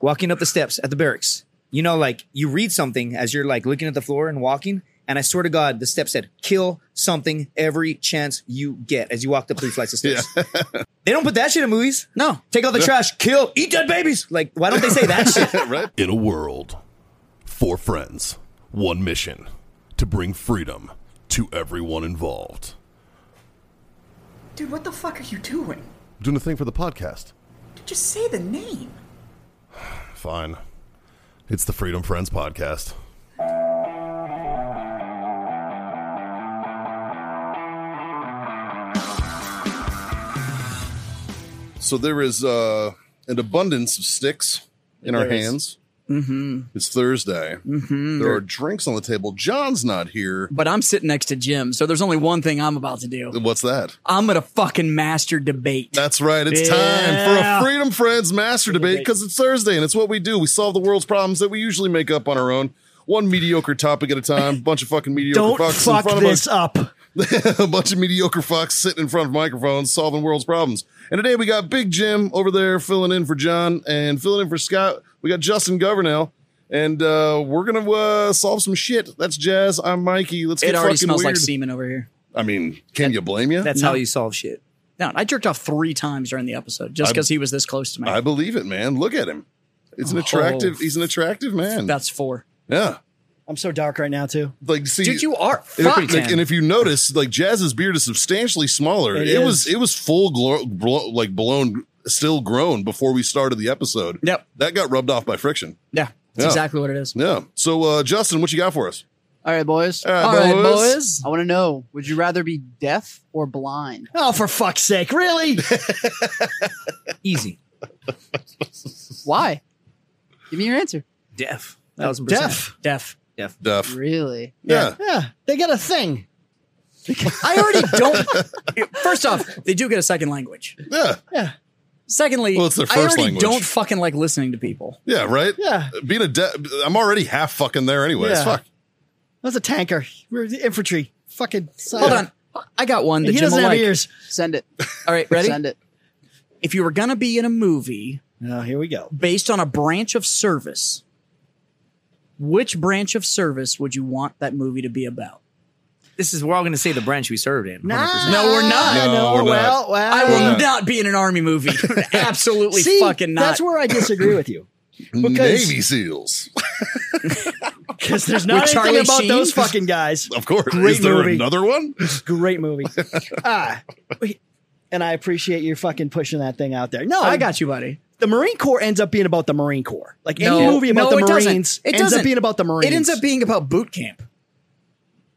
walking up the steps at the barracks. You know, like you read something as you're like looking at the floor and walking. And I swear to God, the step said, kill something every chance you get as you walked up three flights of stairs. they don't put that shit in movies. No. Take out the trash, kill, eat dead babies. Like, why don't they say that shit? right? In a world, four friends, one mission to bring freedom to everyone involved. Dude, what the fuck are you doing? Doing a thing for the podcast. Just say the name. Fine. It's the Freedom Friends podcast. So there is uh, an abundance of sticks in our There is. hands. Mm-hmm. It's Thursday. Mm-hmm. There are drinks on the table. John's not here. But I'm sitting next to Jim, so there's only one thing I'm about to do. What's that? I'm gonna fucking master debate. That's right. It's time Yeah. for a Freedom Friends Master Debate because it's Thursday and it's what we do. We solve the world's problems that we usually make up on our own. One mediocre topic at a time. Bunch of fucking mediocre Don't fucks in fuck front this up. of us. a bunch of mediocre fucks sitting in front of microphones solving world's problems. And today we got Big Jim over there filling in for John and filling in for Scott. We got Justin Governell. And uh, we're gonna uh, solve some shit. That's jazz. I'm Mikey. Let's It get already fucking smells weird. like semen over here. I mean, can you blame you? That's how you solve shit. No, I jerked off three times during the episode just because he was this close to me. I believe it, man. Look at him. It's an Oh. attractive. he's an attractive man. That's four. yeah. I'm so dark right now too. Like, see, Dude, you are and if, fucked. like, and if you notice, like Jazz's beard is substantially smaller. It, It was is. it was full glow, blow, like blown, still grown before we started the episode. Yep. that got rubbed off by friction. yeah, that's Yeah. exactly what it is. Yeah. So, uh, Justin, what you got for us? All right, boys. right, All right, boys. boys. I want to know: Would you rather be deaf or blind? Oh, for fuck's sake! Really? Easy. Why? Give me your answer. Deaf. Thousand percent. Deaf? Deaf. Deaf. Duff. Really? Yeah. Yeah, they got a thing. I already don't. First off, they do get a second language. yeah, yeah, Yeah, Secondly, Well, it's their I first already language. don't fucking like listening to people. right. Yeah. being a de- I'm already half fucking there anyways. Yeah. Fuck. that's a tanker. We're the infantry. Fucking. Hold on. I got one that He Jim doesn't will have like. ears. Send it. All right, ready? Send it. If you were gonna be in a movie No, here we go. based on a branch of service, which branch of service would you want that movie to be about? This is we're all gonna say the branch we served in. 100%. No, we're not. No, we're not. Ah, well, well. I will not be in an army movie. Absolutely See, fucking not. That's where I disagree with you. Because- Navy SEAls, Because there's not With anything Charlie about Sheen? those fucking guys. of course. Great Is there movie. another one? Great movie. ah, wait. and I appreciate you fucking pushing that thing out there. No, I got you, buddy. the Marine Corps ends up being about the Marine Corps. Like any No. movie No, about the it doesn't. Marines It ends doesn't. up being about the Marines. It ends up being about boot camp.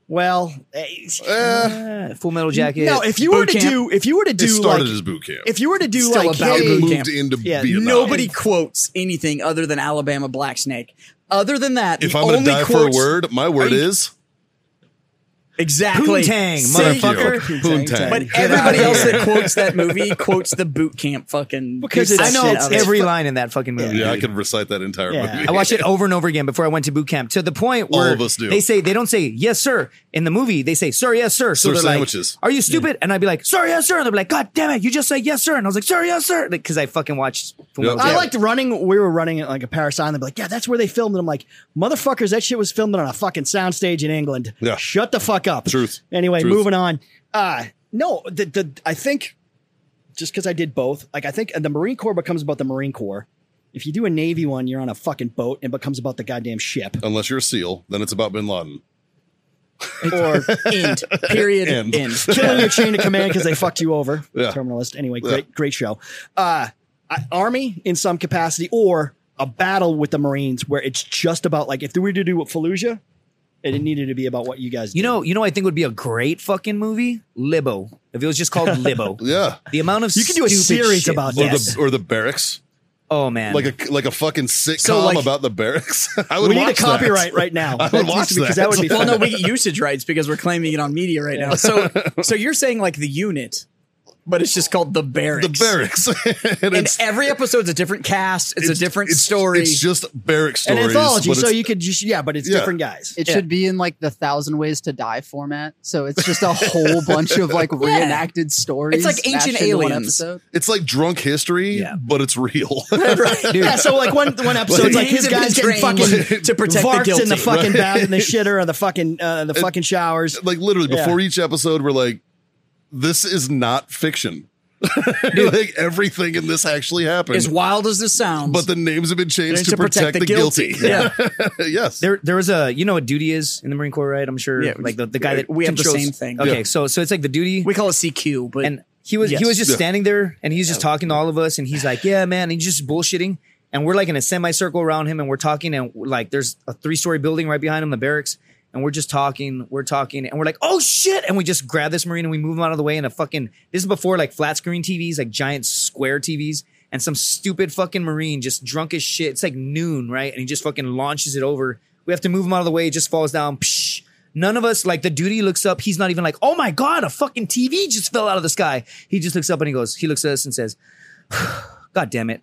well. eh, Eh, Yeah, Full Metal Jacket. no, if you boot were to camp. do, if you were to it do started like, as boot camp. if you were to do Still like, about hey, boot moved camp. into Yeah, Vietnam. Nobody quotes anything other than Alabama Black Snake. Other than that, If the I'm only gonna die quotes, for a word, my word you- is exactly. Poontang, See? Thank you. motherfucker. Poontang. But out everybody of else here. that quotes that movie quotes the boot camp fucking. Because piece of I know shit it's out of it. every line in that fucking movie. Yeah, I could recite that entire Yeah. movie. I watched it over and over again before I went to boot camp to the point All where of us do. they say they don't say yes sir in the movie they say sir yes sir so Sir they're sandwiches. like are you stupid and I'd be like sir yes sir and they're like god damn it you just said yes sir and I was like sir yes sir because I fucking watched Full Yep. Metal I Jacket. liked running. We were running at like a Paris Island. They're like, yeah, that's where they filmed it. I'm like, motherfuckers, that shit was filmed on a fucking soundstage in England. Yeah. Shut the fuck up. Truth. Anyway, Truth. moving on. Uh no, the the I think just because I did both, like I think uh, the Marine Corps becomes about the Marine Corps. If you do a Navy one, you're on a fucking boat and it becomes about the goddamn ship. Unless you're a SEAL, then it's about Bin Laden. or end. Period. End. End. Killing your chain of command because they fucked you over. Yeah. Terminalist. Anyway, great great show. Uh I- Army in some capacity or a battle with the Marines where it's just about like if we were to do what Fallujah, it needed to be about what you guys you did. know you know what I think would be a great fucking movie Libo if it was just called Libo Yeah. the amount of You could do a stupid series shit. about Or Yes. the or the barracks. oh man Like a like a fucking sitcom So, like- about the barracks. I would we need a watch that. copyright right now. I would That's watch easy, because that. that would be Well, fun. no, we get usage rights because we're claiming it on media right now. So, so you're saying like the unit but it's just called the barracks. the barracks. and And it's, every episode's a different cast. It's, a different it's- story. It's just barrack An stories. anthology, but so it's- you could just yeah, but it's Yeah. different guys. It should be in like the thousand ways to die format. So it's just a whole bunch of like reenacted stories. It's like Ancient mashed into one Aliens. episode. it's like drunk history, Yeah. but it's real. Yeah, so like one one episode's like his guys getting fucking fucking to protect the varks guilty. in the fucking bath in the shitter or the fucking uh, the fucking showers. like literally Yeah. before each episode, we're like, this is not fiction. like everything in this actually happened. as wild as this sounds, but the names have been changed to, protect, the guilty. Yeah. yes. There, there was a you know what duty is in the Marine Corps, right? I'm sure. Yeah, like the, the guy that we have the controls- same thing. Okay, Yeah. so so it's like the duty, we call it CQ, but and he was he Yes. was just Yeah. standing there, and he's just talking to all of us, and he's like, "Yeah, man," and he's just bullshitting, and we're like in a semicircle around him, and we're talking, and like there's a three story building right behind him, the barracks, and we're just talking, we're talking, and we're like, "Oh shit!" and we just grab this Marine and we move him out of the way in a fucking. This is before like flat screen TVs, like giant square TVs. And some stupid fucking Marine just drunk as shit. It's like noon, right? And he just fucking launches it over. We have to move him out of the way. It just falls down. Psh, None of us, like the duty looks up. He's not even like, oh my God, a fucking TV just fell out of the sky. He just looks up and he goes, he looks at us and says, God damn it.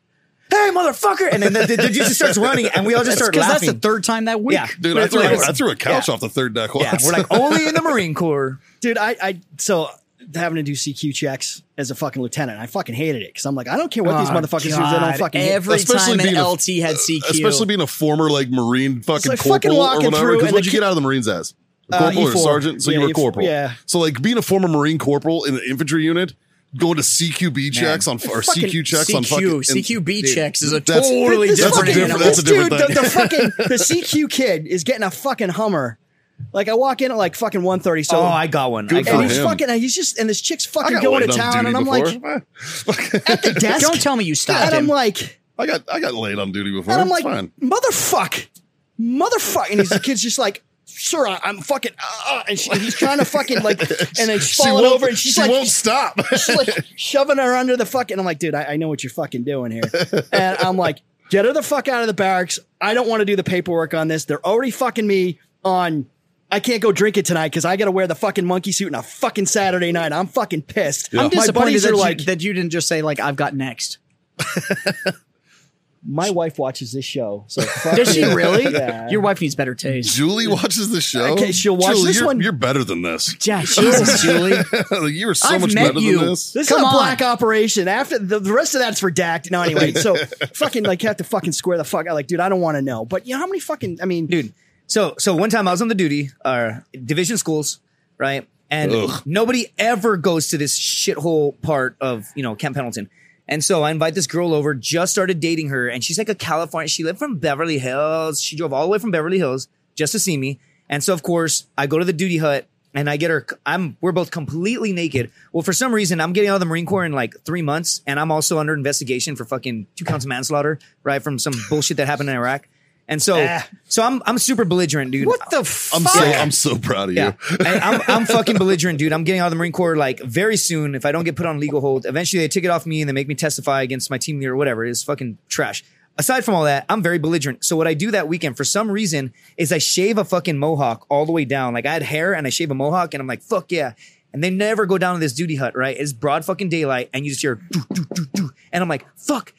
Hey, motherfucker. And then the, the, the dude just starts running and we all just start because that's laughing. the third time that week. yeah. Dude, I It's threw, like- I threw a couch off the third deck once. yeah. We're like, only in the Marine Corps. Dude, I I so having to do CQ checks as a fucking lieutenant, I fucking hated it because I'm like, I don't care what these Oh, motherfuckers do, they don't God. fucking hit. every Especially time an being a- uh, LT had CQ. especially being a former like Marine fucking like fucking corporal or walking whatever. through Because and what'd the you get ki- out of the Marines as? A Uh, corporal or a E4. sergeant? So Yeah, you were a E4, corporal. yeah. So like being a former Marine corporal in the infantry unit, going to CQB checks on or Fucking CQ checks on fucking CQ, and- CQB dude, checks is a that's- totally that's a different different- animal. that's a different dude, thing. The, the fucking the CQ kid is getting a fucking Hummer. Like I walk in at like fucking 1.30 so oh, I got one. I got Good for and one. he's him. fucking and he's just and this chick's I fucking got going laid to on town duty and I'm like before. at the desk. Don't tell me you stopped and him. I'm like I got I got laid on duty before. and I'm like it's fine. motherfuck. Motherfuck and he's the kid's just like Sir, I, I'm fucking, uh, uh," and she, he's trying to fucking like, and then she's falling won't- over, and she's she like, won't stop. she's like shoving her under the fucking. I'm like, dude, I, I know what you're fucking doing here. And I'm like, get her the fuck out of the barracks. I don't want to do the paperwork on this. They're already fucking me on. I can't go drink it tonight because I got to wear the fucking monkey suit on a fucking Saturday night. I'm fucking pissed. I'm My disappointed buddies that are you, like, that you didn't just say like I've got next. my wife watches this show. So fuck Does she you." really? Yeah. Your wife needs better taste. Julie watches the show. Okay, she'll watch Julie, this you're, one. You're better than this. Yeah, Jesus, Julie. Like, you are so I've much met better you. than this. This Come is a on. black operation. After the, the rest of that's redacted. No, anyway. So fucking like you have to fucking square the fuck out. Like, dude, I don't want to know. But you know how many fucking? I mean, dude. So so one time I was on the duty, uh, division schools, right? And Ugh. nobody ever goes to this shithole part of you know Camp Pendleton. And so I invite this girl over, just started dating her, and she's like a California. She lived from Beverly Hills. She drove all the way from Beverly Hills just to see me. And so of course I go to the duty hut and I get her. I'm we're both completely naked. Well, for some reason I'm getting out of the Marine Corps in like three months, and I'm also under investigation for fucking two counts of manslaughter, right, from some bullshit that happened in Iraq. And so, so I'm I'm super belligerent, dude. What the fuck? I'm so I'm so proud of Yeah, you. I, I'm I'm fucking belligerent, dude. I'm getting out of the Marine Corps like very soon if I don't get put on legal hold. Eventually, they take it off me and they make me testify against my team leader or whatever. It's fucking trash. Aside from all that, I'm very belligerent. So what I do that weekend for some reason is I shave a fucking mohawk all the way down. Like I had hair and I shave a mohawk and I'm like, fuck yeah. And they never go down to this duty hut, right? It's broad fucking daylight and you just hear doo, doo, doo, doo. and I'm like, fuck.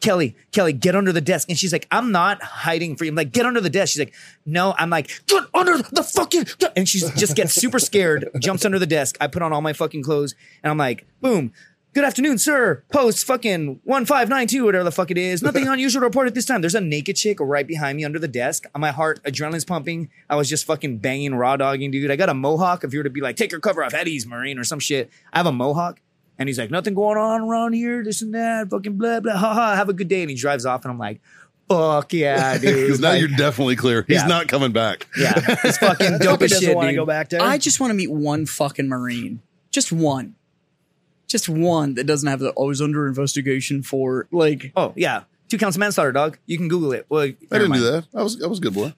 Kelly, Kelly, get under the desk. And she's like, I'm not hiding for you. I'm like, get under the desk. She's like, no. I'm like, get under the fucking. de-" And she just gets super scared, jumps under the desk. I put on all my fucking clothes and I'm like, boom. Good afternoon, sir. Post fucking 1592, whatever the fuck it is. Nothing unusual to report at this time. There's a naked chick right behind me under the desk. My heart, adrenaline's pumping. I was just fucking banging, raw dogging, dude. I got a mohawk. If you were to be like, take your cover off, Eddie's Marine or some shit, I have a mohawk. And he's like, nothing going on around here, this and that, fucking blah, blah, ha ha, have a good day. And he drives off, and I'm like, fuck yeah, dude. Because now Like, you're definitely clear. He's Yeah. not coming back. yeah, it's fucking dope fucking as doesn't shit, want to dude. go back there. I just want to meet one fucking Marine. Just one. Just one that doesn't have the always under investigation for like Oh, yeah. Two counts of manslaughter, dog. You can Google it. Well, I didn't do that. I was I was a good boy. I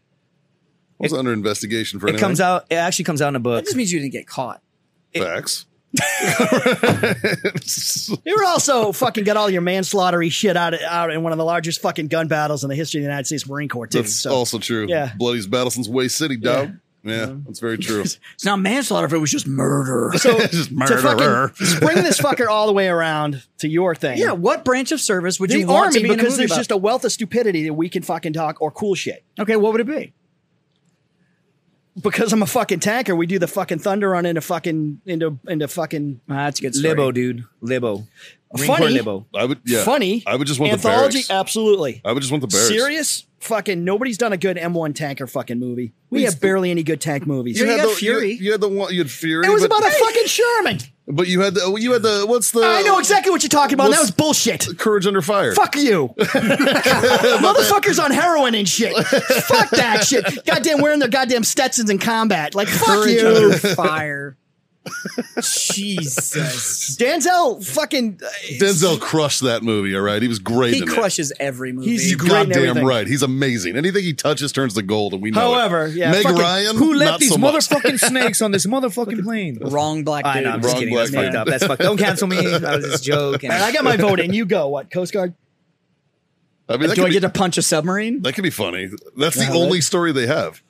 was under investigation for It comes out, it actually comes out in a that book. just means you didn't get caught. facts. You were also fucking got all your manslaughtery shit out out in one of the largest fucking gun battles in the history of the United States Marine Corps, too. That's so also true. Yeah. Bloody's battle since Way City, dog. Yeah, that's very true. It's not manslaughter if it was just murder. So Just to murderer. fucking spring this fucker all the way around to your thing. yeah, what branch of service would the you want to army be in a because movie there's about? just a wealth of stupidity that we can fucking talk or cool shit. okay, what would it be? Because I'm a fucking tanker, we do the fucking thunder run into fucking into into fucking Ah, that's a good story. Libo, dude. Libo. Ring for Funny. Libo. I would yeah. funny. I would just want anthology. the barracks. absolutely. I would just want the barracks. Serious fucking nobody's done a good M1 tanker fucking movie. We have barely any good tank movies. You you had got the Fury. You, you had the one. You had Fury. it was but, about a fucking Sherman. But you had the. oh, You had the. What's the? I know exactly what you're talking about. That was bullshit. Courage under fire. Fuck you. Motherfuckers on heroin and shit. Fuck that shit. Goddamn wearing their goddamn Stetsons in combat. Like, fuck you. fire. Jesus. Denzel fucking. Denzel crushed that movie. All right, he was great. He in crushes every movie. He's- It. You great in goddamn everything. right. He's amazing. Anything he touches turns to gold, and we know. it. However, yeah, Meg fucking- Ryan. Who not left these so much. motherfucking snakes on this motherfucking plane? wrong black I dude. know, I'm just Wrong kidding. That's black fucked dude. up. That's fucked. Don't cancel me. That was just a joke. And I got my vote in. You go. What? Coast Guard? I mean, that Do could, I be, get to punch a submarine? that could be funny. That's the only story they have.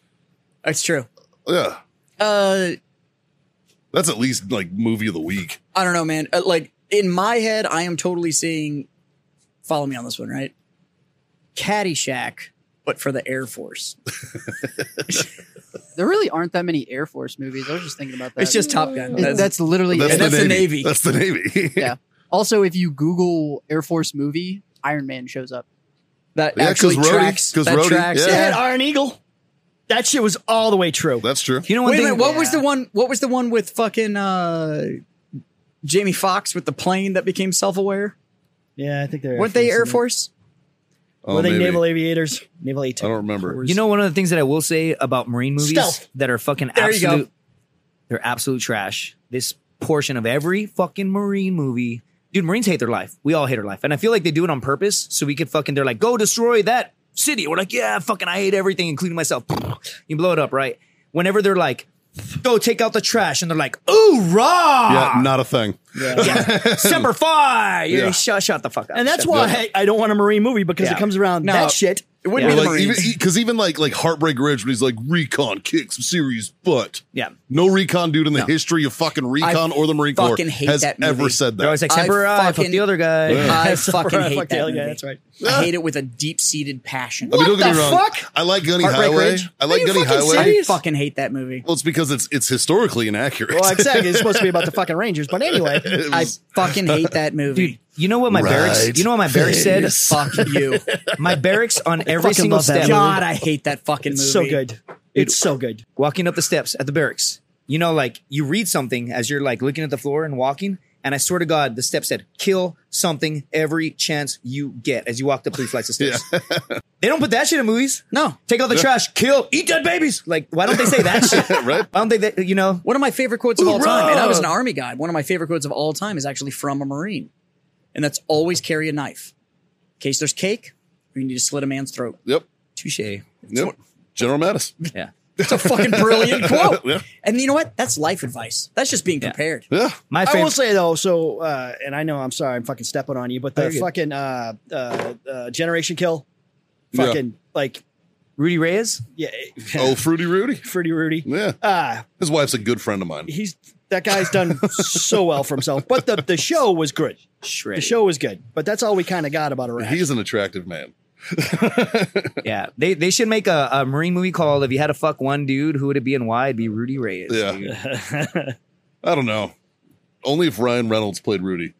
That's true. Yeah, Uh, that's at least like movie of the week. I don't know, man. Uh, like in my head, I am totally seeing. Follow me on this one, right? Caddyshack, but for the Air Force. There really aren't that many Air Force movies. I was just thinking about that. It's just Top Gun. It- that's, literally That's, it. and the, that's the Navy. Navy. That's the Navy. yeah. Also, if you Google Air Force movie, Iron Man shows up. that Yeah, 'cause actually Rhodey- tracks. 'cause That Rhodey, tracks. yeah. They had Yeah. Iron Eagle. That shit was all the way true. That's true. you know one Wait a thing. minute. What was Yeah. the one? What was the one with fucking uh, Jamie Foxx with the plane that became self-aware? Yeah, I think they're. Weren't they Air in it. Force? Oh, Were they maybe. naval aviators? Naval I aviators. don't remember. You know, one of the things that I will say about Marine movies Stealth. that are fucking There you go. absolute, they're absolute trash. This portion of every fucking Marine movie, dude, Marines hate their life. We all hate our life, and I feel like they do it on purpose so we could fucking. They're like, go destroy that city. We're like, yeah, fucking, I hate everything, including myself. You blow it up, right? Whenever they're like, go take out the trash, and they're like, ooh, raw, Yeah, not a thing. yeah. semper fi. Yeah. Yeah. Shut, shut the fuck up. And that's Shut up. why I, I don't want a Marine movie because Yeah. it comes around No. that shit. It wouldn't Yeah. be the Like even Marines. because even like like Heartbreak Ridge when he's like recon kicks serious butt. Yeah. No recon dude in the history of fucking recon or the Marine Corps fucking hate has that ever movie. said They're that. always like, I semper fi, fuck fucking- the other guy. I fucking Fuck hate the that other movie. guy, That's right. I hate it with a deep-seated passion. I mean, don't What get me the wrong. fuck? I like Gunny Heartbreak Highway. Ridge? I like Are you Gunny fucking Highway. I serious? fucking hate that movie. Well, it's because it's it's historically inaccurate. Well, exactly. It's supposed to be about the fucking Rangers, but anyway, I fucking hate that movie. Dude, you know what my Right. barracks? You know what my barracks said? Face. Fuck you. My barracks on every fucking single love that step. movie. God, I hate that fucking movie. it's so good. It's so good. Walking up the steps at the barracks. You know, like you read something as you're like looking at the floor and walking, and I swear to God, the step said, "Kill something every chance you get." As you walked up three flights of stairs, they don't put that shit in movies. No. Take out the trash, kill, eat dead babies. Like, why don't they say that shit? Right? Why don't they? That, you know, One of my favorite quotes of all Hoorah! time, and I was an army guy. One of my favorite quotes of all time is actually from a Marine, and that's always carry a knife. In case there's cake, or you need to slit a man's throat. Yep. touche. Yep. General Mattis. Yeah. It's a fucking brilliant quote. Yeah. And you know what? That's life advice. That's just being prepared. Yeah. My I will favorite. say though, so uh, and I know I'm sorry, I'm fucking stepping on you, but the you're good. fucking uh, uh, uh, Generation Kill, Yeah. fucking like Rudy Reyes. yeah, Oh, Fruity Rudy. Fruity Rudy. Yeah. Uh, His wife's a good friend of mine. he's that guy's done so well for himself. But the the show was good. The Shred. show was good, but that's all we kind of got about Iraq. He's an attractive man. Yeah, they they should make a, a marine movie called "If You Had to Fuck One Dude, Who Would It Be and Why?" It'd be Rudy Reyes. Yeah. dude. I don't know. Only if Ryan Reynolds played Rudy.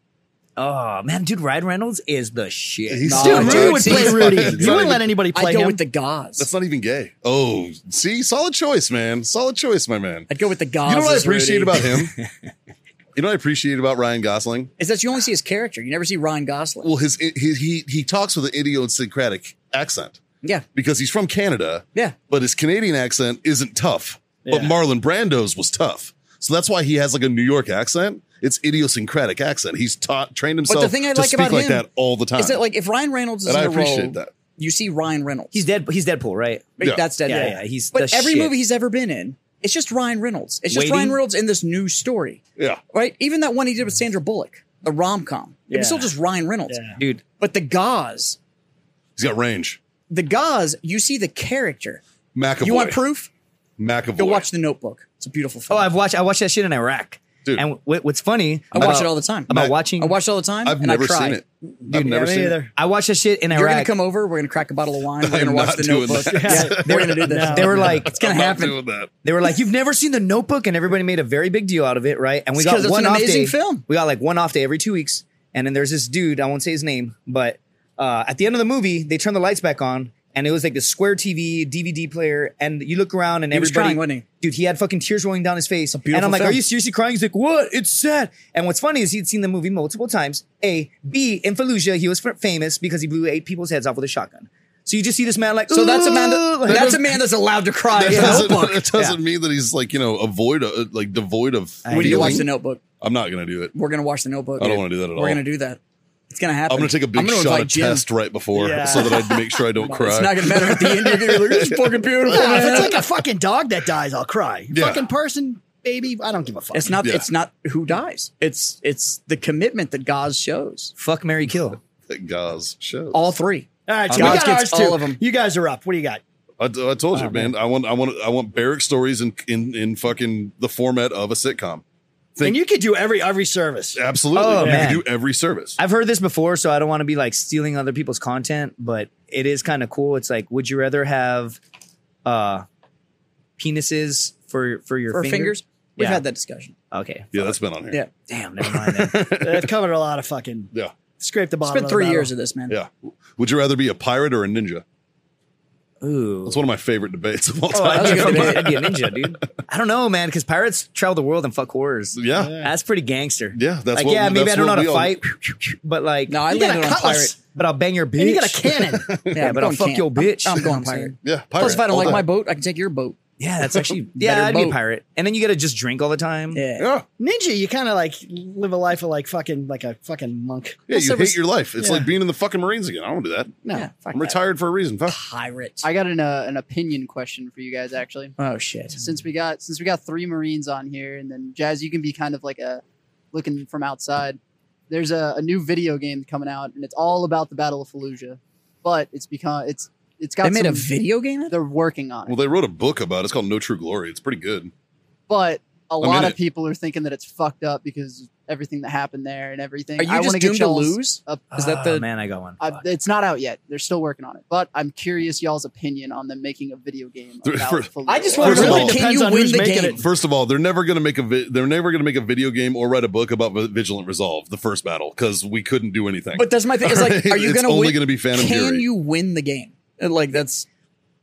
Oh man, dude, Ryan Reynolds is the shit. He's Nah, still dude, Rudy Rudy. would see, play he's Rudy. fucking- He wouldn't let anybody I play go him. with the gods. That's not even gay. Oh, see, solid choice, man. Solid choice, my man. I'd go with the gods. You know what I as Rudy. appreciate about him? you know what I appreciate about Ryan Gosling? is that you only see his character. You never see Ryan Gosling. Well, his, he he he talks with an idiosyncratic accent yeah, because he's from Canada. Yeah. but his Canadian accent isn't tough. But Marlon Brando's was tough, so that's why he has like a New York accent. It's idiosyncratic accent. He's taught trained himself. the thing I to like speak about like him that all the time. is that like if Ryan Reynolds is And I in a appreciate role, that. you see Ryan Reynolds. He's dead. He's Deadpool, right? Like, Yeah. That's Deadpool. Yeah, yeah, he's but the every shit. movie he's ever been in, it's just Ryan Reynolds. It's just Waiting? Ryan Reynolds in this new story, yeah, right? Even that one he did with Sandra Bullock, the rom com. It was Yeah. still just Ryan Reynolds. Yeah. Dude, But the gauze, he's got range. the gauze, you see the character. McAvoy. You want proof? McAvoy. Go watch The Notebook. It's a beautiful Oh, film. I've watched I watched that shit in Iraq. Dude. And wh- what's funny? I watch about- it all the time. About Mac- watching, I watch it all the time. I've and never I cry. seen it. I've never seen it. I watched that shit in Iraq. You're gonna come over. We're gonna crack a bottle of wine. We're gonna I'm watch not The doing Notebook. that. Yeah, we're gonna do this. they were like, It's gonna I'm not happen. doing that. they were like, you've never seen The Notebook, and everybody made a very big deal out of it, right? And we It's got 'cause it's one an off amazing day. film. We got like one off day every two weeks, and then there's this dude. I won't say his name, but uh, at the end of the movie, they turn the lights back on, and it was like this square TV, DVD player, and you look around, and He was everybody, crying, wasn't he? dude, he had fucking tears rolling down his face. beautiful and I'm like, film. are you seriously crying? He's like, what? It's sad. And what's funny is he'd seen the movie multiple times. A, B, in Fallujah, he was f- famous because he blew eight people's heads off with a shotgun. So you just see this man like, So that's a man. "Ooh," That, like- that's a man that's allowed to cry. That in The doesn't, Notebook. that doesn't mean that he's like you know avoid uh, like devoid of We need to watch feeling. The Notebook. I'm not gonna do it. We're gonna watch The Notebook. I don't wanna do that at We're all. We're gonna do that. It's gonna happen. I'm gonna take a big gonna shot invite of Jim. test right before Yeah. so that I make sure I don't cry. It's not gonna matter at the end. You're gonna be like, "This is fucking beautiful." Yeah, if man." it's like a fucking dog that dies, I'll cry. Yeah. Fucking person, baby, I don't give a fuck. It's not. Yeah. It's not who dies. It's it's the commitment that God shows. Fuck Mary Kill. that gauze show. All three. all right, so God's we got ours gets too. all of 'em. You guys are up. What do you got? I, I told Oh, you, man. I want, I want, I want barrack stories in, in, in fucking the format of a sitcom. Think- and you could do every every service. Absolutely, Oh, you man. can do every service. I've heard this before, so I don't want to be like stealing other people's content, but it is kind of cool. It's like, would you rather have uh penises for for your Or finger? fingers. We've Yeah. had that discussion. Okay. yeah, that's been on here. Yeah. Damn, never mind then. I've covered a lot of fucking. Yeah, Scrape the It's bottom. been of the three bottle. years of this, man. yeah. Would you rather be a pirate or a ninja? Ooh. Oh, That's one of my favorite debates of all I'd, time. was be a gonna fucking- be- I'd be a ninja, dude. I don't know, man, because pirates travel the world and fuck whores. yeah. yeah, That's pretty gangster. That's like, what, yeah, maybe that's I don't know what how to we all- fight, but like, No, I You got landed on a a pirate. cutlass. but I'll bang your bitch. And you got a cannon. Yeah, I'm but I'll going fuck camp. your bitch. I'm, I'm You know going what I'm pirate. Yeah, pirate. Plus, if I don't all like day. my boat, I can take your boat. Yeah, that's actually Better yeah, I'd be a boat. pirate, and then you got to just drink all the time. yeah, Yeah. Ninja, you kind of like live a life of like fucking like a fucking monk. yeah. You there hate was- your life. It's yeah. like being in the fucking Marines again. I don't want to do that. No, Yeah, fuck I'm that. retired for a reason. Fuck. Pirate. I got an uh, an opinion question for you guys actually. oh shit. Since we got since we got three Marines on here, and then Jazz, you can be kind of like a looking from outside. There's a, a new video game coming out, and it's all about the Battle of Fallujah, but it's become it's it's got They made a some- video game. out of it? They're working on it, Well, they wrote a book about it. It's called No True Glory. It's pretty good. but a mean, lot of it- people are thinking that it's fucked up because everything that happened there and everything. Are you I just wanna get doomed to y'all's- lose? up- Uh, Is that the- Ah, man? I got one. I, it's not out yet. They're still working on it, but I'm curious y'all's opinion on them making a video game. Th- About for- Fallujah. I just wanna want First to of know. all- Can Depends you on win who's the making game? it. First of all, they're never gonna make a vi- they're never gonna make a video game or write a book about Vi- Vigilant Resolve, the first battle, because we couldn't do anything. But that's my thing. It's like, are you It's going to win? only gonna be Phantom Can Fury. you win the game? And, Like that's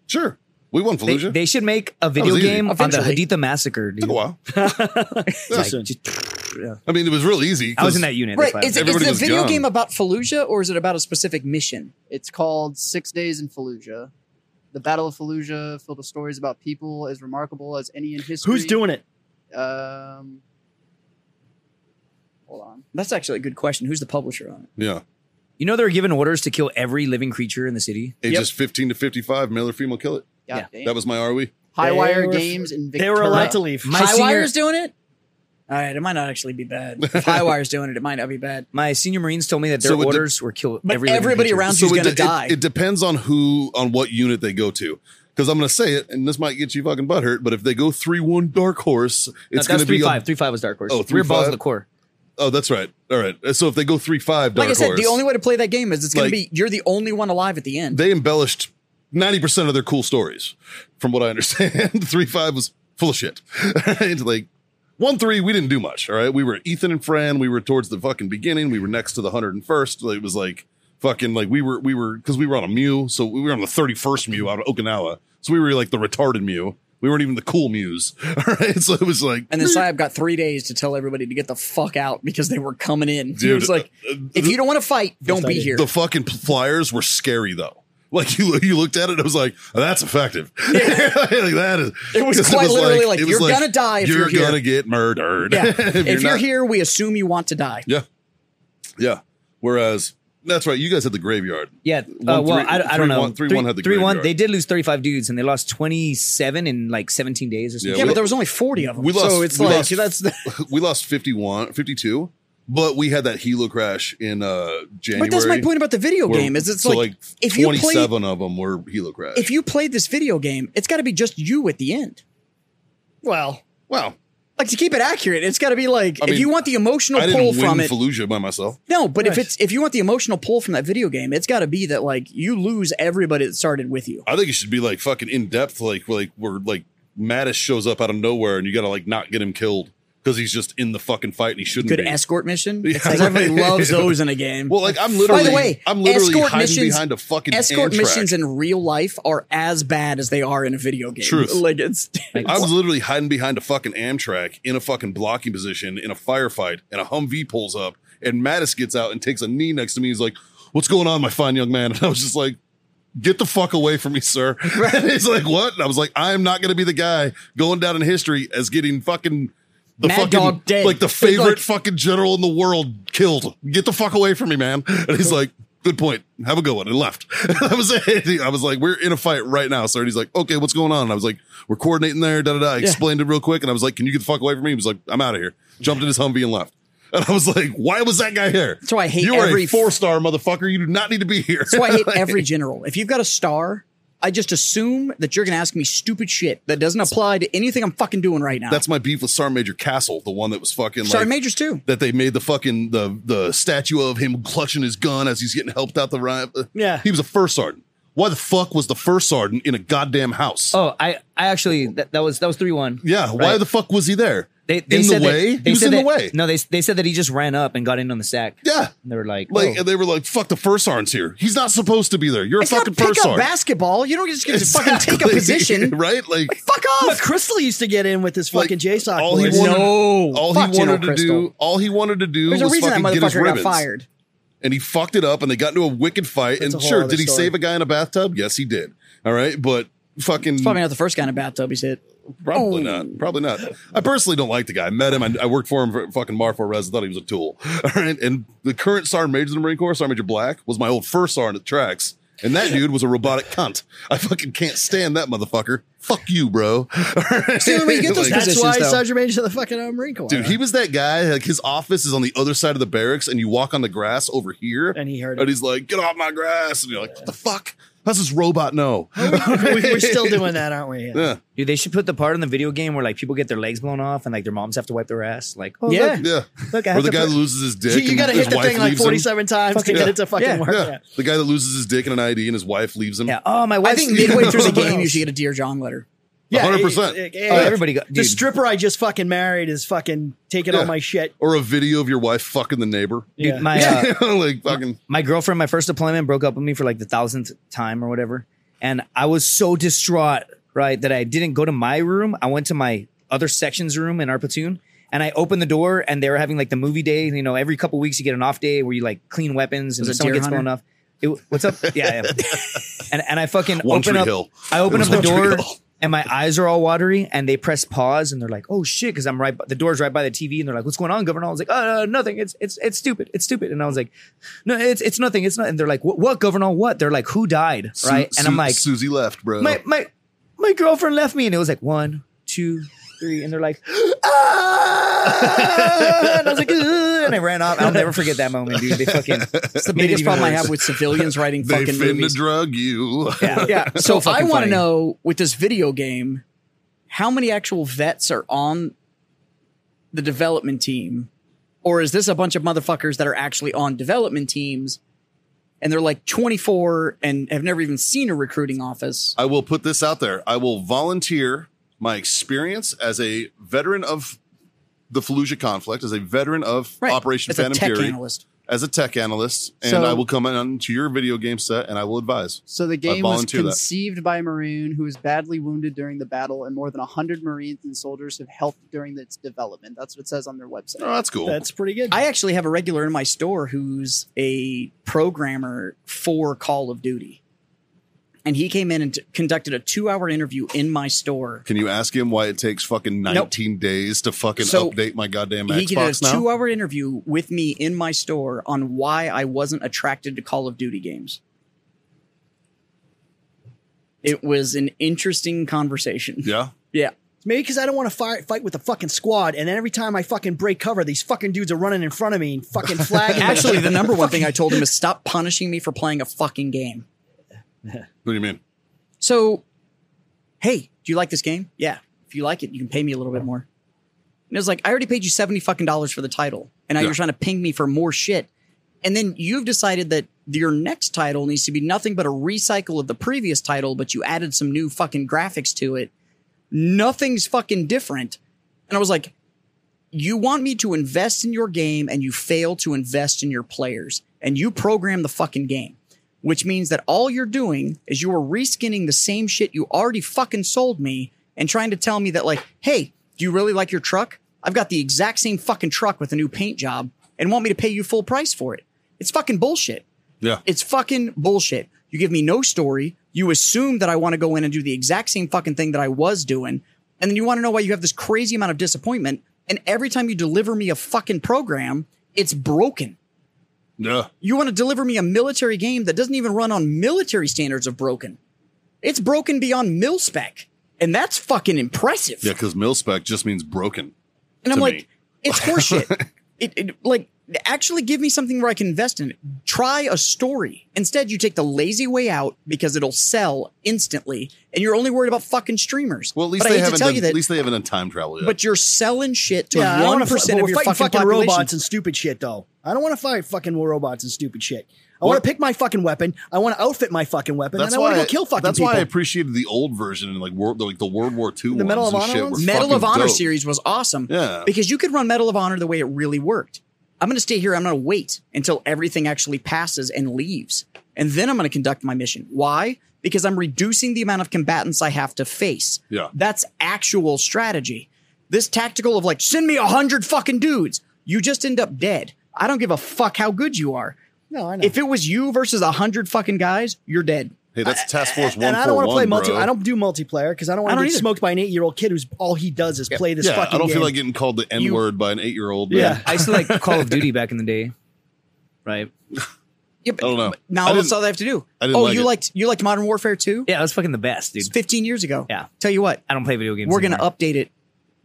sure, we won They, Fallujah. they should make a video easy. game on the Eventually. Haditha massacre, dude. Took a while. Like, Listen. just- I mean, it was real easy. I was 'cause- in that unit. right. that's Is, why I- it, Everybody is was the video gone. game about Fallujah or is it about a specific mission? It's called Six Days in Fallujah. The Battle of Fallujah, filled with stories about people as remarkable as any in history. Who's doing it? Um, hold on. That's actually a good question. Who's the publisher on it? Yeah, You know they're given orders to kill every living creature in the city. ages fifteen to fifty-five, male or female, kill it. God damn. That was my E. are we? They Highwire were- Games in They Victoria. were allowed to leave. My senior, Highwire's doing it. All right, it might not actually be bad. If Highwire's doing it, it might not be bad. my senior Marines told me that their So with the- orders were kill But every living everybody creature. around you's it going to de- it- die. It, depends on who, on what unit they go to. Because I'm going to say it, and this might get you fucking butthurt, but if they go 3 1 Dark Horse, it's No, going that's to be. three a- five. Three five was Dark Horse. Oh, Rear three balls five? of the core. oh, that's right. All right. So if they go 3 5 Dark like I said, Horse. the only way to play that game is it's going Like- to be you're the only one alive at the end. they embellished 90% of their cool stories, from what I understand. 3 5 was full of shit. Right? like, 1 3, we didn't do much. All right. We were Ethan and Fran. We were towards the fucking beginning. We were next to the 101st. Like, It was like fucking, like, we were, we were, because we were on a Mew. So we were on the 31st Mew out of Okinawa. So we were like the retarded Mew. We weren't even the cool Mews. All right. So it was like, And then Saib got three days to tell everybody to get the fuck out because they were coming in. he Dude, was like, uh, uh, if you don't want to fight, don't be idea. here. the fucking flyers were scary though. Like you, you looked at it, it was like, oh, that's effective. Like, that is. It was 'cause quite literally like, it was you're gonna die if you're you're here. gonna get murdered. yeah. if you're, not- here, we assume you want to die. yeah, yeah. Whereas that's right, you guys had the graveyard. Yeah. Uh, well, One, three- I, I three, don't know. one- three, one had the three one. graveyard. They did lose thirty five dudes, and they lost twenty seven in like seventeen days or Yeah, something. Yeah, we- but there was only 40 of them. We lost. so it's we like, lost, that's the, we lost 51, 52, but we had that Helo crash in uh January. But that's my point about the video where- game is it's so uh, like, if you play of them were Helo crash. if you played this video game, it's got to be just you at the end. Well, Wow. Like to keep it accurate, it's got to be like I if mean, you want the emotional I pull didn't win from it. Fallujah by myself. no, but if Right. it's if you want the emotional pull from that video game, it's got to be that like you lose everybody that started with you. I think it should be like fucking in depth, like like where like Mattis shows up out of nowhere and you gotta like not get him killed because he's just in the fucking fight and he shouldn't Good be. escort mission. Yeah, It's like everybody right. loves those in a game. well, like I'm literally, By the way, I'm literally escort hiding missions- behind a fucking escort Amtrak. missions in real life are as bad as they are in a video game. Truth. Like it's I was literally hiding behind a fucking Amtrak in a fucking blocking position in a firefight, and a Humvee pulls up, and Mattis gets out and takes a knee next to me. He's like, "What's going on, my fine young man?" And I was just like, "Get the fuck away from me, sir!" And he's like, "What?" And I was like, "I am not going to be the guy going down in history as getting fucking." The Mad fucking Dog dead. like the It's favorite like- fucking general in the world killed. Get the fuck away from me, man. And he's like, good point. Have a good one. And left. I was it. I was like, we're in a fight right now, sir. And he's like, okay, what's going on? And I was like, we're coordinating there. Da da da. I explained it real quick. And I was like, can you get the fuck away from me? He was like, I'm out of here. Jumped in his Humvee and left. And I was like, why was that guy here? That's why I hate you are every- a four star motherfucker. You do not need to be here. That's why I hate every general. If you've got a star, I just assume that you're going to ask me stupid shit that doesn't apply to anything I'm fucking doing right now. That's my beef with Sergeant Major Castle, the one that was fucking Sergeant like, Majors too. that they made the fucking the the statue of him clutching his gun as he's getting helped out the riot. Yeah. he was a first sergeant. Why the fuck was the first sergeant in a goddamn house? Oh, I, I actually that, that was that was three one. yeah, why the fuck was he there? they, they in the said that- way, they he was said in the that- way. No, they they said that he just ran up and got in on the sack. Yeah, And they were like, like oh. and they were like, fuck the first sergeant's here. He's not supposed to be there. You're It's a not fucking pick first up sergeant. basketball. You don't just get to fucking take Exactly. a position. right? Like Fuck but off. Crystal used to get in with his fucking J JSOC all he boys. wanted, No. all Fuck he General wanted to do, Crystal. all he wanted to do There's a was reason that fucking get his motherfucker got ribbons. fired. and he fucked it up and they got into a wicked fight. That's a and whole sure, other did he story. save a guy in a bathtub? Yes, he did. All right, but fucking It's probably not the first guy in a bathtub he's hit. Probably Oh. not. Probably not. I personally don't like the guy. I met him. I, I worked for him for fucking Marfor Res. I thought he was a tool. All right. And the current sergeant major of the Marine Corps, Sergeant Major Black, was my old first sergeant at tracks. And that dude was a robotic cunt. I fucking can't stand that motherfucker. Fuck you, bro. All right? the only way you get those Like, That's positions, why though. Sergeant Major of the fucking uh, Marine Corps. Dude, he was that guy. Like his office is on the other side of the barracks, and you walk on the grass over here, And he heard and it. he's like, "Get off my grass!" And you're like, "What the fuck? How's this robot know?" we, are still doing that, aren't we? Yeah. dude, they should put the part in the video game where like people get their legs blown off and like their moms have to wipe their ass. Like, oh, Yeah. look, Yeah. look, I or have the to guy put- that loses his dick. So you and got to his hit the wife thing like leaves him. 47 times to Fucking get yeah. it to fucking Yeah. work. Yeah. Yeah. The guy that loses his dick in an ID and his wife leaves him. yeah. Oh, my Mm-hmm. I wife. think midway through the game, you should get a Dear John letter. Yeah, 100%. it- it- Oh, it- everybody got The dude, stripper I just fucking married is fucking taking Yeah. all my shit. Or a video of your wife fucking the neighbor. dude, Yeah. my uh, like fucking my girlfriend, my first deployment, broke up with me for like the thousandth time or whatever. And I was so distraught, right, that I didn't go to my room. I went to my other section's room in our platoon and I opened the door and they were having like the movie day. You know, every couple weeks you get an off day where you like clean weapons and Was it someone Deer gets blown Hunter? off. It, what's up? Yeah, yeah. and, and I fucking One open Tree up. Hill. I open It up was the One door Tree Hill. and my eyes are all watery and they press pause and they're like, oh shit, because I'm right, by, the door's right by the TV and they're like, what's going on, Governor? I was like, oh, uh, nothing. It's, it's, it's stupid. It's stupid. And I was like, no, it's, it's nothing. It's not. And they're like, what, what Governor? What? They're like, who died? Su- Right. And I'm Su- oh. like, Susie left, bro. my, my, my girlfriend left me. And it was like, one, two, three. And they're like, ah! and I was like, "Ugh," and I ran off. I'll never forget that moment, dude. They fucking, it's the The biggest problem I have with civilians writing they fucking finna movies. drug you. yeah. yeah. So I fucking want funny. to know with this video game, how many actual vets are on the development team, or is this a bunch of motherfuckers that are actually on development teams, and they're like 24 and have never even seen a recruiting office? I will put this out there. I will volunteer my experience as a veteran of the Fallujah conflict, as a veteran of Operation It's Phantom a tech Fury, analyst. as a tech analyst, and So- I will come on to your video game set and I will advise. So the game was volunteer that. conceived by a Marine who was badly wounded during the battle, and more than 100 Marines and soldiers have helped during its development. That's what it says on their website. Oh, that's cool. That's pretty good. I actually have a regular in my store who's a programmer for Call of Duty. And he came in and t- conducted a two hour interview in my store. Can you ask him why it takes fucking 19 days to fucking So, update my goddamn he did a Xbox now? two hour interview with me in my store on why I wasn't attracted to Call of Duty games. It was an interesting conversation. yeah. Yeah. Maybe because I don't want to fight, fight with the fucking squad, and then every time I fucking break cover, these fucking dudes are running in front of me and fucking flagging. me. Actually, the number one thing I told him is stop punishing me for playing a fucking game. What do you mean? So, hey, do you like this game? Yeah. if you like it, you can pay me a little bit more. And it was like, I already paid you 70 fucking dollars for the title. And now Yeah. you're trying to ping me for more shit. And then you've decided that your next title needs to be nothing but a recycle of the previous title, but you added some new fucking graphics to it. Nothing's fucking different. And I was like, you want me to invest in your game and you fail to invest in your players and you program the fucking game, which means that all you're doing is you are reskinning the same shit you already fucking sold me and trying to tell me that, like, hey, do you really like your truck? I've got the exact same fucking truck with a new paint job and want me to pay you full price for it. It's fucking bullshit. Yeah. It's fucking bullshit. You give me no story. You assume that I want to go in and do the exact same fucking thing that I was doing. And then you want to know why you have this crazy amount of disappointment. And every time you deliver me a fucking program, it's broken. Yeah. You want to deliver me a military game that doesn't even run on military standards of broken. It's broken beyond mil spec. And that's fucking impressive. Yeah, because milspec just means broken. And I'm to like, me. it's horseshit. it, it like actually give me something where I can invest in it. Try a story. Instead, you take the lazy way out because it'll sell instantly, and you're only worried about fucking streamers. Well, at least but they I hate to haven't. tell Done, you that. at least they haven't done time travel yet. but you're selling shit to Yeah, I don't one wanna fu- percent but of we're your fighting fucking, fucking population. robots and stupid shit, though. I don't want to fight fucking robots and stupid shit. I want to pick my fucking weapon. I want to outfit my fucking weapon, and I want to go kill fucking That's people. why I appreciated the old version and like wor- like the World War II. The Medal ones of and Honor shit ones? were Medal of fucking Honor dope. series was awesome. Yeah. Because you could run Medal of Honor the way it really worked. I'm going to stay here. I'm going to wait until everything actually passes and leaves. And then I'm going to conduct my mission. Why? Because I'm reducing the amount of combatants I have to face. Yeah. That's actual strategy. This tactical of like, send me a hundred fucking dudes. You just end up dead. I don't give a fuck how good you are. no, I know. If it was you versus a hundred fucking guys, you're dead. Hey, that's Task Force One and I don't want to play multi. I don't do multiplayer because I don't I want to don't get either. smoked by an eight-year-old kid who's all he does is play this Yeah, fucking. I don't game. feel like getting called the N word by an eight year old. Yeah. I used to like Call of Duty back in the day, right? Yeah, but, I don't know. Oh. but I Now that's didn't- all they have to do. I didn't oh, like you it. liked you liked Modern Warfare too? Yeah, it was fucking the best, dude. It's 15 years ago. Yeah. Tell you what, I don't play video games. we're going to anymore. update it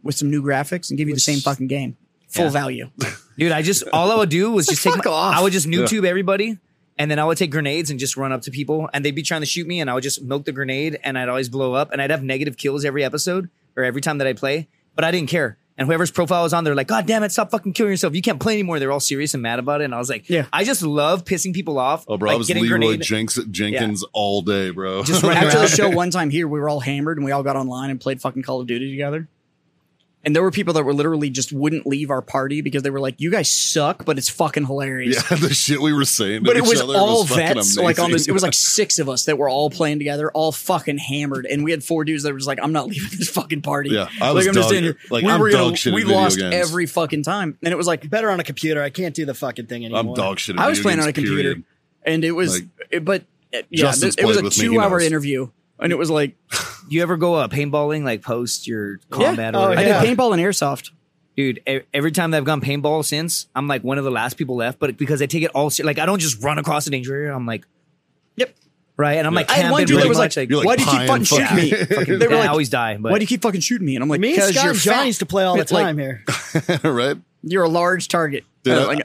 with some new graphics and give you the same fucking game. Full Yeah. value. dude. I just all I would do was just take. fuck my- off. I would just new tube everybody, and then I would take grenades and just run up to people, and they'd be trying to shoot me, and I would just milk the grenade, and I'd always blow up, and I'd have negative kills every episode or every time that I play, but I didn't care. And whoever's profile was on, they're like, "God damn it, stop fucking killing yourself! You can't play anymore." They're all serious and mad about it, and I was like, Yeah. I just love pissing people off." Oh, bro, like I was getting Leroy grenade- Jenks- Jenkins all day, bro. Just running After around. the show, one time here, we were all hammered and we all got online and played fucking Call of Duty together. And there were people that were literally just wouldn't leave our party because they were like, you guys suck, but it's fucking hilarious. yeah, the shit we were saying. To But it each was other all was fucking vets, like on amazing. this. It was like six of us that were all playing together, all fucking hammered, and we had four dudes that were just like, "I'm not leaving this fucking party." Yeah, I was like, dog- like, we I'm were dog gonna, shit at we video lost games. every fucking time, and it was like better on a computer. I can't do the fucking thing anymore. I'm dog shit. at I was video playing on a games, computer, period. and it was, Like, it- but uh, yeah, Justin's this, it was played a with me, he two-hour knows. interview, and it was like You ever go up paintballing, like post your yeah, combat? Oh, or I whatever? did yeah. paintball and airsoft. dude. e- Every time that I've gone paintball since, I'm like one of the last people left. But because I take it all, ser- like I don't just run across the danger area. I'm like, Yep. right, and I'm like, I had one camping dude really that was like, much, like, You're like "Why do you keep pieing fucking shooting me?" fucking- they were yeah, like, I always die. But "Why do you keep fucking shooting me?" And I'm like, Me and "Because Scott you're and John fat. used to play all the It's like- time here. right? You're a large target." Dude, I I, was Oh, like, I-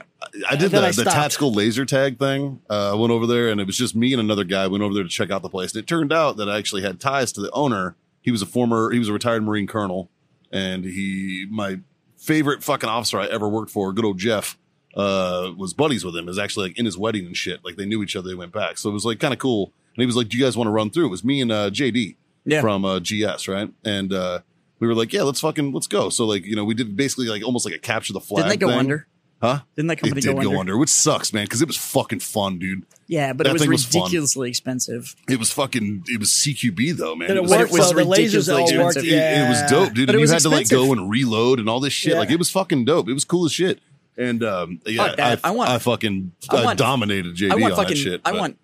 I did then the, I the stopped. tactical laser tag thing. Uh, I went over there, and it was just me and another guy went over there to check out the place. And it turned out that I actually had ties to the owner. He was a former, he was a retired Marine colonel, and he, my favorite fucking officer I ever worked for, good old Jeff, uh, was buddies with him. It was actually like in his wedding and shit. Like they knew each other. They went back, so it was like kind of cool. And he was like, "Do you guys want to run through?" It was me and uh, JD Yeah. from uh, GS, right? And uh, we were like, "Yeah, let's fucking let's go." So like you know, we did basically like almost like a capture the flag. Didn't they go thing. under? Huh? Didn't that It company did go, under? which sucks, man, because it was fucking fun, dude. Yeah, but That it was thing was fun. ridiculously expensive. It was fucking, it was CQB though, man. And it was, But worked. it was so the lasers ridiculously all worked. expensive. it, it was dope, dude. And But it you was had to like expensive. go and reload and all this shit. Yeah. Like it was fucking dope. It was cool as shit. And um, yeah, Fuck that. I, I want- I fucking I I want- dominated JD I want on fucking. that shit. I but- want.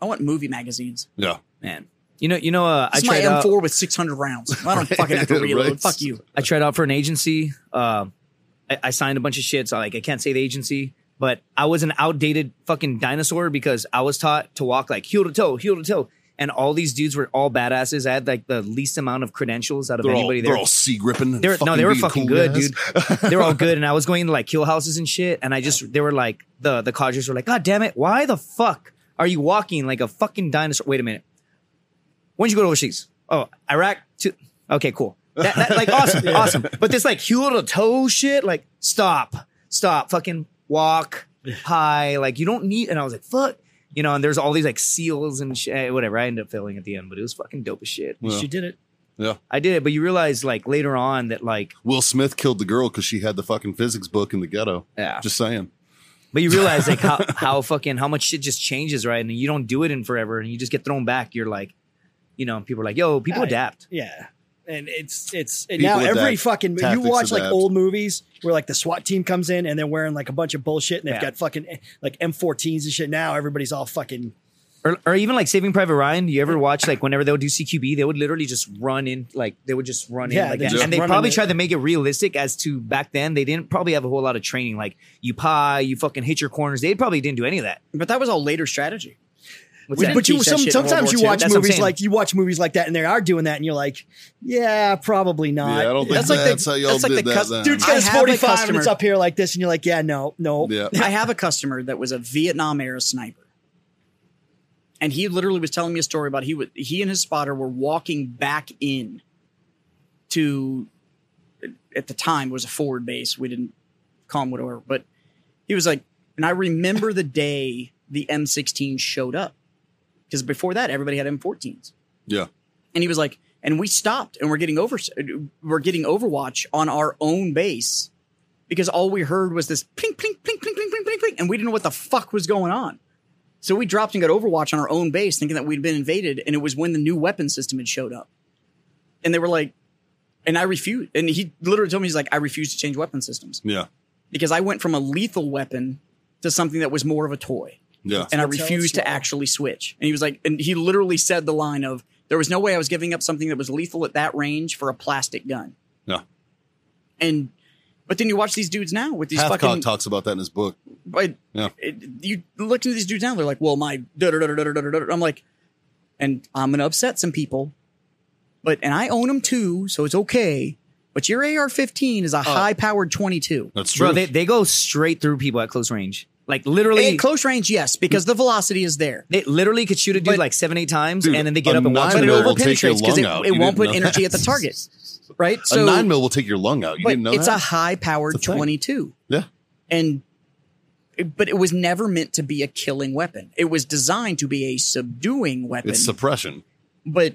I want movie magazines. yeah. man, you know, you know, uh, I This is my tried out. M4 with 600 rounds. I don't fucking have to reload. Right. Fuck you. I tried out for an agency. Um, I, I signed a bunch of shit, so like I can't say the agency, but I was an outdated fucking dinosaur because I was taught to walk like heel to toe, heel to toe. And all these dudes were all badasses. I had like the least amount of credentials out of They're all, anybody they're there. all sea gripping. They were, no, they were fucking good, dude. They were all good, and I was going into like kill houses and shit, and I just they were like the the codgers were like, God damn it, why the fuck are you walking like a fucking dinosaur? Wait a minute, when did you go to overseas? Oh, Iraq. To okay, cool. That, that, like awesome, awesome. But this like heel to toe shit, like stop, stop, fucking walk high. Like you don't need. And I was like, fuck, you know. And there's all these like seals and shit, whatever. I ended up failing at the end, but it was fucking dope as shit. Yeah. She did it. I did it, but you realize like later on that like Will Smith killed the girl because she had the fucking physics book in the ghetto. Ah. yeah, Just saying. but you realize like how how fucking how much shit just changes, right? And you don't do it in forever, and you just get thrown back. You're like, you know, people are like, yo, people Yeah. adapt. Yeah. And it's it's and People now every adapt. fucking you Tactics watch like adapt. old movies where like the SWAT team comes in and they're wearing like a bunch of bullshit and they've Yeah. got fucking like M14s and shit. Now everybody's all fucking Or, or even like Saving Private Ryan. You ever watch like whenever they would do CQB, they would literally just run in, like they would just run Yeah, in, like they that. just and they run probably in. tried to make it realistic as to back then they didn't probably have a whole lot of training. Like you pie, you fucking hit your corners. They probably didn't do any of that. But that was all later strategy. What's We- that? but you teach that some, shit in World sometimes War you II. watch That's what I'm movies saying. like you watch movies like that and they are doing that and you're like, yeah, probably not. Yeah, I don't think That's that's, like the- how y'all that's like did the that. cus- then. Dude's I got his have a 45 and it's customer- up here like this and you're like, yeah, no, no. yeah. I have a customer that was a Vietnam era sniper. And he literally was telling me a story about he was he and his spotter were walking back in to at the time it was a forward base. We didn't call him whatever, but he was like, and I remember the day the M16 showed up. Because before that, everybody had M14s. Yeah. and he was like, and we stopped and we're getting over we're getting Overwatch on our own base because all we heard was this plink plink plink plink plink plink plink plink, and we didn't know what the fuck was going on. So we dropped and got Overwatch on our own base, thinking that we'd been invaded, and it was when the new weapon system had showed up, and they were like, and I refuse, and he literally told me he's like, I refuse to change weapon systems Yeah. because I went from a lethal weapon to something that was more of a toy Yeah. and I That's how refused it's to now. actually switch. And he was like, and he literally said the line of, "There was no way I was giving up something that was lethal at that range for a plastic gun." Yeah. And, but then you watch these dudes now with these Hathcock fucking. talks about that in his book. but Yeah. it- you look into these dudes now, they're like, "Well, my da da da da da da da." I'm like, and I'm gonna upset some people, but and I own them too, so it's okay. But your AR-15 is a high-powered 22. Oh. That's true. Bro, they, they go straight through people at close range. Like literally, At close range, yes, because the velocity is there. They literally could shoot a dude But- like seven, eight times, Dude, and then they get a up and walk. nine But it mil will over take your penetrates because it, lung out. it You didn't won't put know energy at the target, right? a nine mil will take your lung out. You but didn't know it's that? a high powered It's a thing. 22, yeah. and but it was never meant to be a killing weapon. It was designed to be a subduing weapon. It's suppression. but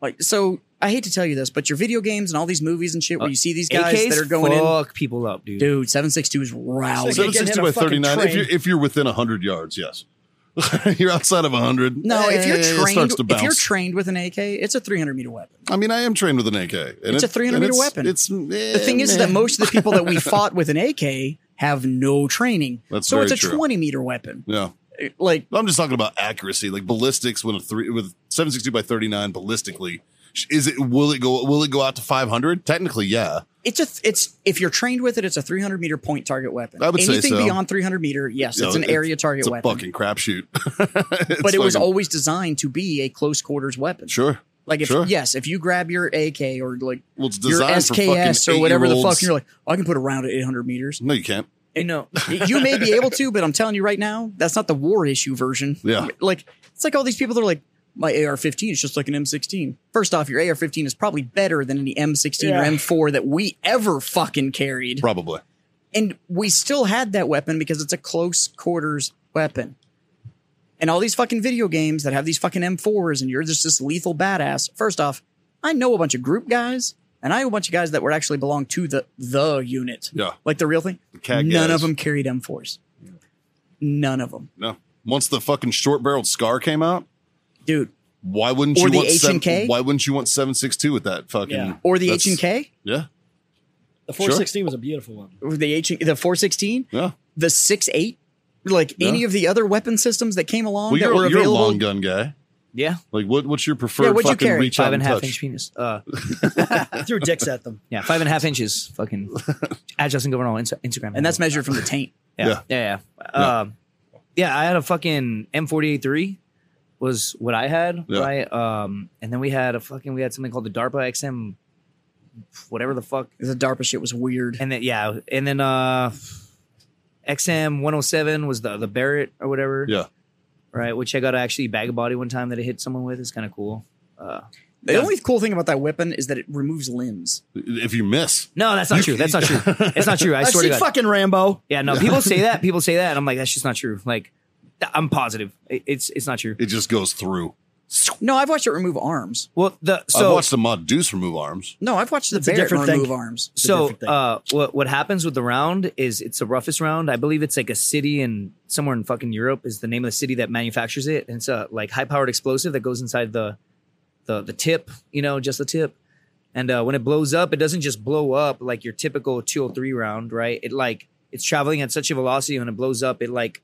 like, so I hate to tell you this, but your video games and all these movies and shit, Uh, where you see these guys AKs that are going in, fuck people up, dude. dude, 762 is rowdy. So Like, it's getting hit 60 on by a fucking 39. If train. you're, if you're within 100 yards, yes. you're outside of 100. no, if eh, you're it starts trained, to bounce. if you're trained with an AK, it's a 300 meter weapon. I mean, I am trained with an AK. and It's a 300 and meter it's- weapon. It's eh, The thing is that most of the people that we fought with an AK have no training. That's so very it's a true. 20 meter weapon. yeah. Like I'm just talking about accuracy, like ballistics. When a three with 762 by 39 ballistically, sh- is it will it go will it go out to 500? Technically, yeah. it's a th- it's if you're trained with it, it's a 300 meter point target weapon. I would say Anything so. beyond 300 meter, yes, You it's know, an area target It's a weapon. fucking crapshoot. but it always was always designed to be a close quarters weapon. sure. Like if sure. yes, if you grab your AK or like Well, it's your designed for SKS fucking or whatever the fuck, eight-year-olds. and you're like, oh, I can put a round at 800 meters. No, you can't. You know, you may be able to, but I'm telling you right now, that's not the war issue version. Yeah. Like it's like all these people that are like. My AR-15 is just like an M16. First off, your AR-15 is probably better than any M16 Yeah. or M4 that we ever fucking carried. Probably. and we still had that weapon because it's a close quarters weapon. And all these fucking video games that have these fucking M4s and you're just this lethal badass. First off, I know a bunch of group guys and I know a bunch of guys that were actually belong to the the unit. Yeah. Like the real thing. cat None guys. of them carried M4s. None of them. No. Once the fucking short barreled scar came out, Dude, why wouldn't Or you the want seven, H&K? why wouldn't you want 762 with that fucking Yeah. or the that's- H&K, Yeah. The 416 was a beautiful one. or the H the 416, Yeah. the 68, like any Yeah. of the other weapon systems that came along Well, that you're, were you're a available. long gun guy. yeah, Like, what, what's your preferred Yeah, what'd you fucking carry? reach five out and and a half touch? inch penis. Uh, I threw dicks at them. yeah, five and a half inches. Fucking at Justin Governor on Insta- Instagram, and that's measured from the taint. yeah, Yeah. yeah, yeah. Yeah. Um, yeah, I had a fucking M48 three was what I had, Yeah. right? Um, and then we had a fucking we had something called the DARPA XM, whatever the fuck. The DARPA shit was weird. And then yeah, and then uh, XM 107 was the the Barrett or whatever. Yeah. right? Which I got to actually bag a body one time that I hit someone with. It's kind of cool. Uh, The only cool thing about that weapon is that it removes limbs. If you miss, No, that's not true. That's not true. It's not true. I I've swear to seen God. fucking Rambo. Yeah, no. People say that. People say that, and I'm like, that's just not true. Like, th- I'm positive. It- It's it's not true. it just goes through. No, I've watched it remove arms. Well, the I've so watched the mod Deuce remove arms. No, I've watched the a bear different remove thing. arms. so different thing. uh, what what happens with the round is it's the roughest round. I believe it's like a city in somewhere in fucking Europe is the name of the city that manufactures it. And it's a like high powered explosive that goes inside the the the tip, you know, just the tip. And uh, when it blows up, it doesn't just blow up like your typical 203 round, right? It like it's traveling at such a velocity when it blows up, it like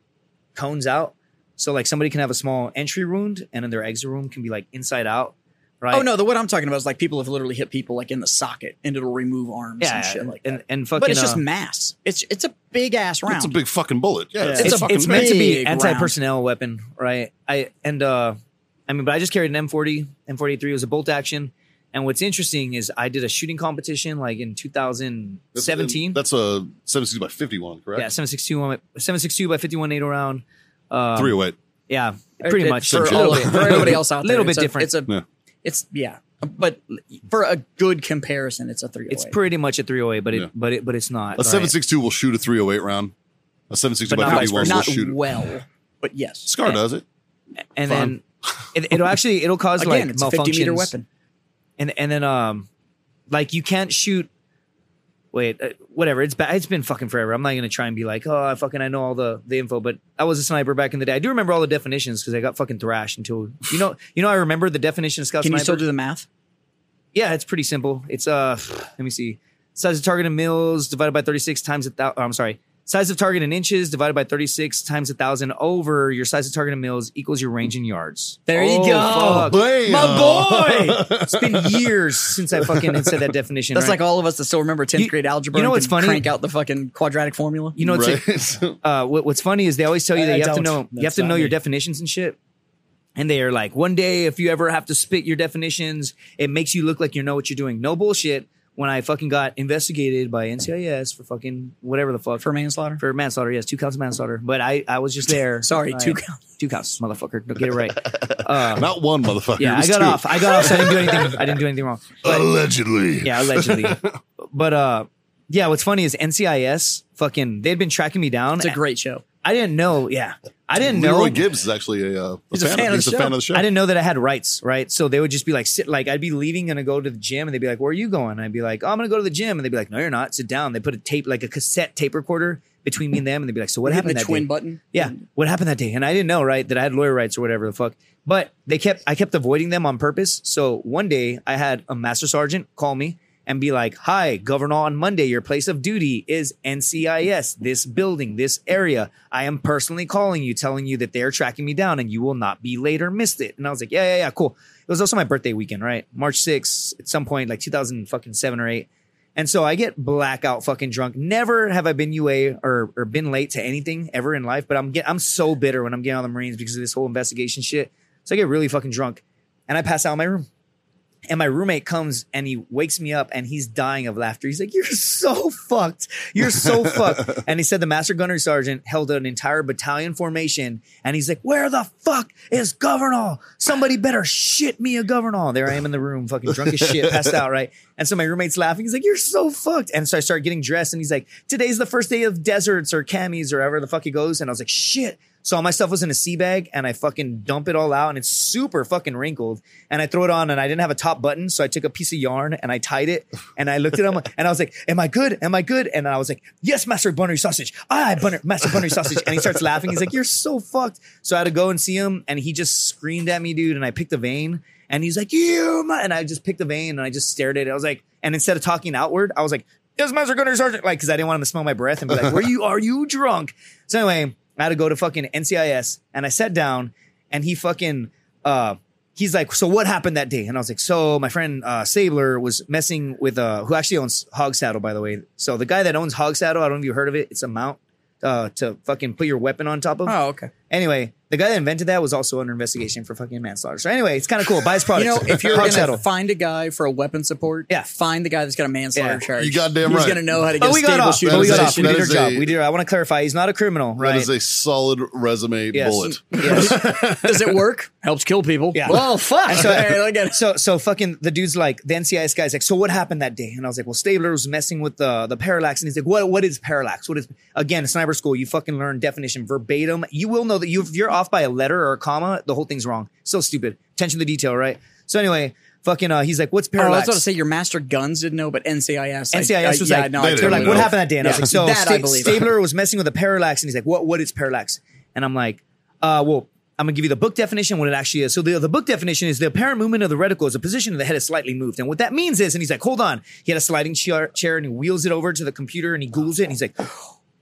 cones out. So like somebody can have a small entry wound, and then their exit wound can be like inside out, right? Oh no, the what I'm talking about is like people have literally hit people like in the socket, and it'll remove arms yeah, and shit and, like that. and, and fucking. but it's uh, just mass. It's it's a big ass round. It's a big fucking bullet. Yeah, It's it's, it's, a fucking it's meant to be big anti-personnel weapon, right? I and uh I mean, but I just carried an M40, M43. It was a bolt action. And what's interesting is I did a shooting competition like in That's- 2017. That's a 76 by 51, correct? yeah, 762, on my- 762 by 51 NATO round. Um, 308. Yeah, pretty It- much. oh for, Same all of shit. it, for everybody else out there. Little bit it's a- different. It's a Yeah. it's yeah, but for a good comparison, it's a three. oh It's pretty much a 308, but it Yeah. but it but it's not. A 762 will shoot a 308 round. A 762 But by not vice 51 versa. will not shoot. it. well, but yes, Scar does it. and then it, it'll actually it'll cause again, like it's a malfunctions. 50 meter weapon. and and then um like you can't shoot wait uh, whatever it's ba- it's been fucking forever i'm not gonna try and be like oh i fucking i know all the the info but i was a sniper back in the day i do remember all the definitions because i got fucking thrashed until you know you know i remember the definition of scout Can you sniper still do the math? yeah it's pretty simple it's uh let me see size of target in mils divided by 36 times a thousand i'm sorry size of target in inches divided by 36 times a thousand over your size of target in mils equals your range in yards There you Oh, go. fuck. Bam! My boy, it's been years since I fucking said that definition. That's right? like all of us that still remember 10th You- grade algebra. you know and what's can funny? Crank out the fucking quadratic formula. you know it's like, right? uh, what, what's funny is they always tell you I- that I you have to don't. know you have That's to not know your me. definitions and shit. And they are like, one day if you ever have to spit your definitions, it makes you look like you know what you're doing. No bullshit. When I fucking got investigated by NCIS for fucking whatever the fuck for manslaughter. for manslaughter, yes, two counts of manslaughter. But I I was just there. Sorry, I- two counts. two counts, motherfucker. Don't get it right. Uh, not one motherfucker. Yeah, it I was got two. off. I got off. So I didn't do anything. I didn't do anything wrong. Allegedly. Yeah, allegedly. but uh, yeah. What's funny is NCIS fucking they'd been tracking me down. It's a great show. I didn't know. Yeah, I didn't know. Leroy Gibbs is actually a, uh, He's a fan of he's the a fan show. of the show. I didn't know that I had rights, right? So they would just be like, sit, like I'd be leaving and I go to the gym, and they'd be like, "Where are you going?" And I'd be like, oh, "I'm gonna go to the gym," and they'd be like, "No, you're not. Sit down." They put a tape, like a cassette tape recorder, between me and them, and they'd be like, "So what Hitting happened the that twin day?" button. Yeah, what happened that day? And I didn't know, right, that I had lawyer rights or whatever the fuck. But they kept, I kept avoiding them on purpose. So one day I had a master sergeant call me and be like, "Hi, Governor, on Monday, your place of duty is NCIS, this building, this area. I am personally calling you, telling you that they are tracking me down, and you will not be late or missed it." And I was like, "Yeah, yeah, yeah, cool." It was also my birthday weekend, right? March 6th, at some point, like 2000 fucking seven or eight. And so I get blackout fucking drunk. Never have I been UA or, or been late to anything ever in life, but I'm get, I'm so bitter when I'm getting on the Marines because of this whole investigation shit. So I get really fucking drunk and I pass out in my room. And my roommate comes and he wakes me up and he's dying of laughter. He's like, You're so fucked. You're so fucked. And he said the master gunnery sergeant held an entire battalion formation and he's like, Where the fuck is Governor? Somebody better shit me a Governor. There I am in the room, fucking drunk as shit, passed out, right? And so my roommate's laughing. He's like, You're so fucked. And so I start getting dressed and he's like, Today's the first day of deserts or camis or whatever the fuck it goes. And I was like, Shit. So all my stuff was in a sea bag and I fucking dump it all out and it's super fucking wrinkled. And I throw it on and I didn't have a top button. So I took a piece of yarn and I tied it and I looked at him and I was like, Am I good? Am I good? And I was like, Yes, Master Bunnery Sausage. I, Bunner, Master Bunnery Sausage. And he starts laughing. He's like, You're so fucked. So I had to go and see him and he just screamed at me, dude. And I picked a vein and he's like, You, ma-" and I just picked a vein and I just stared at it. I was like, And instead of talking outward, I was like, Yes, Master Gunner Sergeant. Like, cause I didn't want him to smell my breath and be like, Where you are you drunk? So anyway, I had to go to fucking NCIS and I sat down and he fucking uh he's like, So what happened that day? And I was like, So my friend uh Sabler was messing with uh who actually owns Hog Saddle, by the way. So the guy that owns Hog Saddle, I don't know if you heard of it, it's a mount uh to fucking put your weapon on top of. Oh, okay. Anyway, The guy that invented that was also under investigation for fucking manslaughter. So anyway, it's kind of cool. Buy his You product. know, if you're Hard gonna settle. find a guy for a weapon support, Yeah. find the guy that's got a manslaughter Yeah. charge. You goddamn He's right. gonna know how to get Oh, a we got stable off. shooting. But we got That is a- off. We that did our is job. a- We did. I want to clarify. He's not a criminal, right? That is a solid resume Yes. bullet. Yes. Does it work? Helps kill people. Yeah. Well, fuck. And so- Hey, look at it. So so fucking the dude's like the NCIS guy's like, so what happened that day? And I was like, well, Stabler was messing with the the parallax, and he's like, what what is parallax? What is again sniper school? You fucking learn definition verbatim. You will know that you if you're off by a letter or a comma, the whole thing's wrong. So stupid. Attention to detail, right? So anyway, fucking uh, he's like, what's Oh, I was parallax? about to say your master guns didn't know, but NCIS. I- NCIS I, was yeah, like, uh, no, I they they're totally like, don't know. what happened that day? And I was Yeah. like, so That I Sta- believe. Stabler was messing with a parallax, and he's like, what What is parallax? And I'm like, uh, well, I'm gonna give you the book definition what it actually is. So the, the book definition is the apparent movement of the reticle is a position of the head is slightly moved, and what that means is, and he's like, hold on, he had a sliding chair, chair and he wheels it over to the computer and he googles it, and he's like.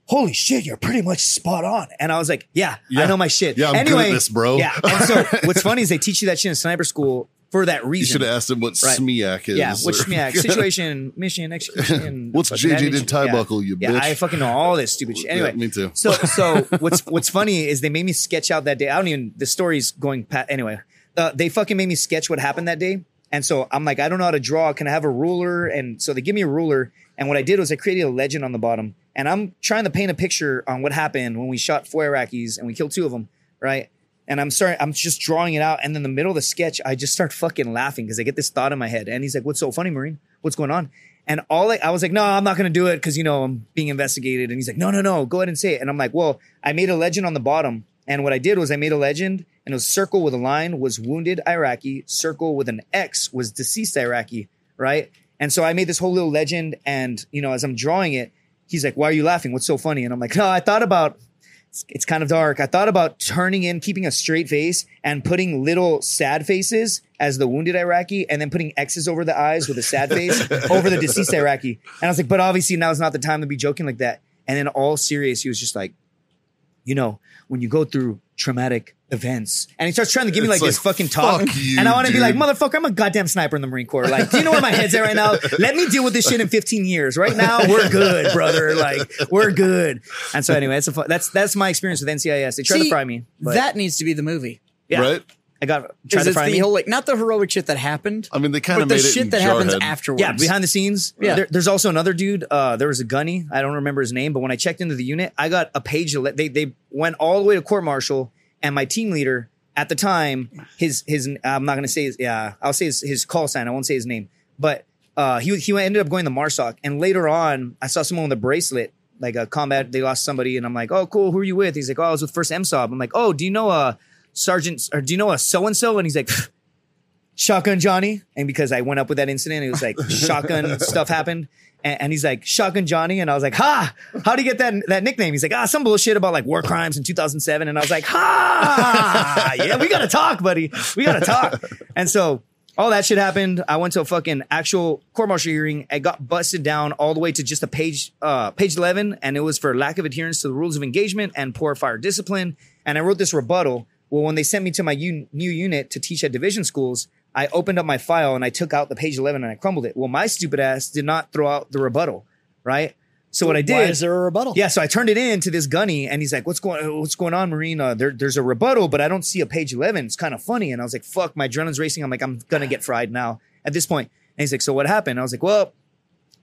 Holy shit, you're pretty much spot on. And I was like, yeah, I Yeah. know my shit. Yeah, I'm good at anyway, this, bro. Yeah. And so what's funny is they teach you that shit in sniper school for that You reason. should have asked him what Right. SMEAC is. Yeah, which or- yeah, situation, mission, execution. What's fucking JJ did admin- tie yeah. buckle, you Yeah, bitch. I fucking know all this stupid shit. Yeah, Anyway, me too. So, so what's what's funny is they made me sketch out that day. I don't even. The story's going pat. Anyway, uh, they fucking made me sketch what happened that day. And so I'm like, I don't know how to draw. Can I have a ruler? And so they give me a ruler. And what I did was I created a legend on the bottom. And I'm trying to paint a picture on what happened when we shot four Iraqis and we killed two of them, right? And I'm starting, I'm just drawing it out. And in the middle of the sketch, I just start fucking laughing because I get this thought in my head. And he's like, What's so funny, Marine? What's going on? And all I, I was like, No, I'm not going to do it because, you know, I'm being investigated. And he's like, No, no, no, go ahead and say it. And I'm like, Well, I made a legend on the bottom. And what I did was I made a legend and it was circle with a line was wounded Iraqi, circle with an X was deceased Iraqi, right? And so I made this whole little legend. And, you know, as I'm drawing it, he's like, Why are you laughing? What's so funny? And I'm like, No, I thought about it's, it's kind of dark. I thought about turning in, keeping a straight face, and putting little sad faces as the wounded Iraqi, and then putting X's over the eyes with a sad face over the deceased Iraqi. And I was like, but obviously now is not the time to be joking like that. And then all serious, he was just like, you know, when you go through traumatic events, and he starts trying to give me like, It's like, this fucking talk, fuck you, and I want to be dude. like, motherfucker, I'm a goddamn sniper in the Marine Corps. Like, do you know where my head's at right now? Let me deal with this shit in 15 years. Right now, we're good, brother. Like, we're good. And so, anyway, that's a fu- that's that's my experience with NCIS. They tried to See, fry me. But That needs to be the movie. yeah, Right? I got tried Because to it's fry the me. whole like not the heroic shit that happened, I mean, they kind but of the made it in shit that happens Jarhead. afterwards. yeah, behind the scenes. Yeah. There- there's also another dude. Uh, there was a gunny. I don't remember his name, but when I checked into the unit, I got a page. Of le- they they went all the way to court martial, and my team leader at the time, his his I'm not gonna say his yeah, I'll say his, his call sign. I won't say his name, but uh, he he ended up going to Marsoc, and later on, I saw someone with a bracelet. Like a combat, they lost somebody, and I'm like, "Oh, cool. Who are you with?" He's like, "Oh, I was with First MSOB." I'm like, "Oh, do you know a sergeant, or do you know a so and so?" And he's like, shotgun Johnny. And because I went up with that incident, it was like shotgun stuff happened. And, and he's like, shotgun Johnny. And I was like, ha, how do you get that, that nickname? He's like, ah, some bullshit about like war crimes in 2007. And I was like, ha, yeah, we got to talk, buddy. We got to talk. And so all that shit happened. I went to a fucking actual court martial hearing. I got busted down all the way to just a page, uh, page 11. And it was for lack of adherence to the rules of engagement and poor fire discipline. And I wrote this rebuttal. Well, when they sent me to my un- new unit to teach at division schools, I opened up my file and I took out the page 11 and I crumbled it. Well, my stupid ass did not throw out the rebuttal, right? So what I did Why is there a rebuttal? yeah, so I turned it in to this gunny, and he's like, "What's going? What's going on, Marine? Uh, there, there's a rebuttal, but I don't see a page eleven. It's kind of funny." And I was like, "Fuck, my adrenaline's racing. I'm like, I'm gonna get fried now at this point." And he's like, "So what happened?" I was like, "Well,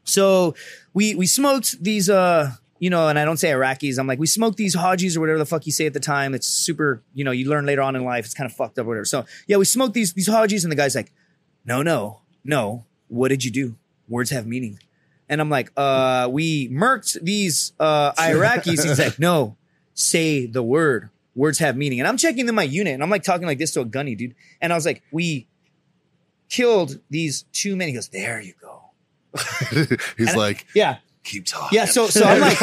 so we we smoked these, uh, you know, and I don't say Iraqis. I'm like, we smoked these Hajis or whatever the fuck you say at the time. It's super, you know, you learn later on in life. It's kind of fucked up, or whatever. So yeah, we smoked these these Hajis, and the guy's like, "No, no, no. What did you do? Words have meaning." And I'm like, uh, we murked these uh, Iraqis. He's like, no, say the word. Words have meaning. And I'm checking in my unit and I'm like talking like this to a gunny, dude. And I was like, we killed these two men. He goes, there you go. He's And- like, Yeah. keep talking. Yeah. So, so I'm like,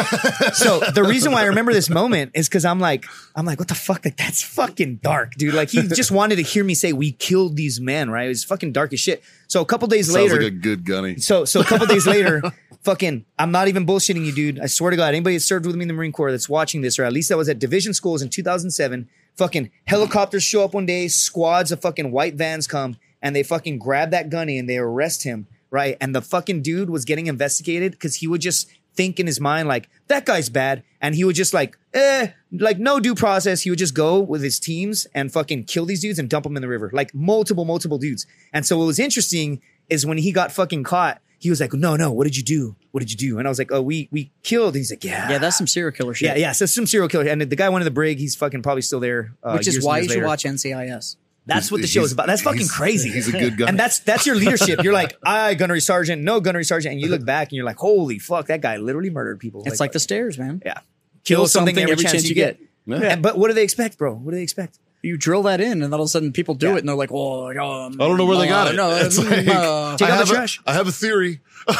so the reason why I remember this moment is because I'm like, I'm like, what the fuck? Like, that's fucking dark, dude. Like, he just wanted to hear me say, we killed these men, right? It was fucking dark as shit. So, a couple days Sounds later, like a good gunny. so so a couple days later, fucking, I'm not even bullshitting you, dude. I swear to God, anybody that served with me in the Marine Corps that's watching this, or at least that was at division schools in 2007, fucking helicopters show up one day, squads of fucking white vans come, and they fucking grab that gunny and they arrest him, right? And the fucking dude was getting investigated because he would just think in his mind like that guy's bad, and he would just like eh, like no due process. He would just go with his teams and fucking kill these dudes and dump them in the river, like multiple multiple dudes. And so what was interesting is when he got fucking caught, he was like, no no, what did you do? What did you do? And I was like, oh we we killed. And he's like, yeah Yeah, that's some serial killer shit. yeah, yeah. So some serial killer, and the guy went in the brig. He's fucking probably still there, uh, Which years is and why you years should later. watch NCIS. That's what the He's- show is about. That's fucking he's- crazy. He's a good guy. And that's that's your leadership. You're like, I gunnery sergeant, no gunnery sergeant, and you look back and you're like, holy fuck, that guy literally murdered people. It's like the stairs, man. yeah, kill, something, every, chance, you get. Yeah. And, but what do they expect, bro? What do they expect? You drill that in, and all of a sudden people do Yeah. it, and they're like, "Well, like, um, I don't know where they got uh, it. No, It's uh, like- uh, Oh, Take I out the have a- trash. I have a theory.